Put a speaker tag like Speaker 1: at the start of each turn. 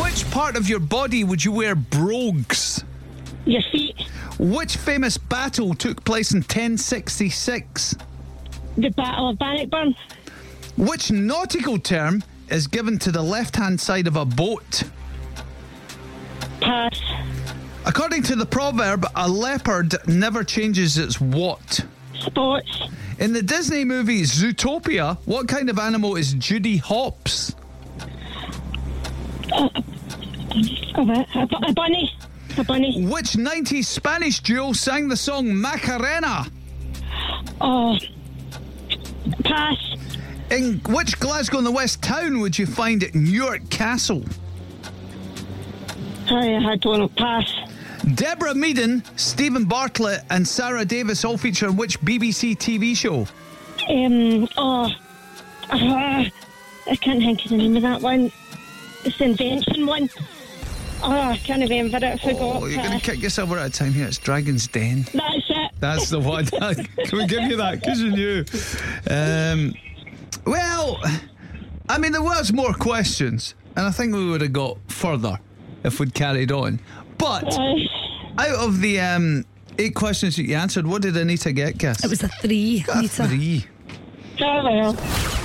Speaker 1: Which part of your body would you wear brogues?
Speaker 2: Your feet.
Speaker 1: Which famous battle took place in 1066?
Speaker 2: The Battle of Bannockburn.
Speaker 1: Which nautical term is given to the left hand side of a boat?
Speaker 2: Pass.
Speaker 1: According to the proverb, a leopard never changes its what?
Speaker 2: Sports.
Speaker 1: In the Disney movie Zootopia, what kind of animal is Judy Hopps?
Speaker 2: A, bu- a, bu- a bunny. A bunny.
Speaker 1: Which 90s Spanish duo sang the song Macarena?
Speaker 2: Oh. Pass.
Speaker 1: In which Glasgow in the West town would you find Newark Castle?
Speaker 2: I had one. of Pass.
Speaker 1: Deborah Meaden, Stephen Bartlett, and Sarah Davis all feature in which BBC TV show?
Speaker 2: Um. Oh. Ah, I can't think of the name of that one. It's the invention one. Oh, I can't remember it. I forgot.
Speaker 1: Oh, you're going
Speaker 2: Pass.
Speaker 1: to kick yourself out of time here. It's Dragon's Den.
Speaker 2: That's it.
Speaker 1: That's the one. Can we give you that? Because you knew. Um, well, I mean, there was more questions, and I think we would have got further if we'd carried on. But
Speaker 2: Aye.
Speaker 1: out of the um, eight questions that you answered, what did Anita get, Cass?
Speaker 3: It was a three,
Speaker 1: a
Speaker 3: Anita.
Speaker 1: three.
Speaker 2: oh well.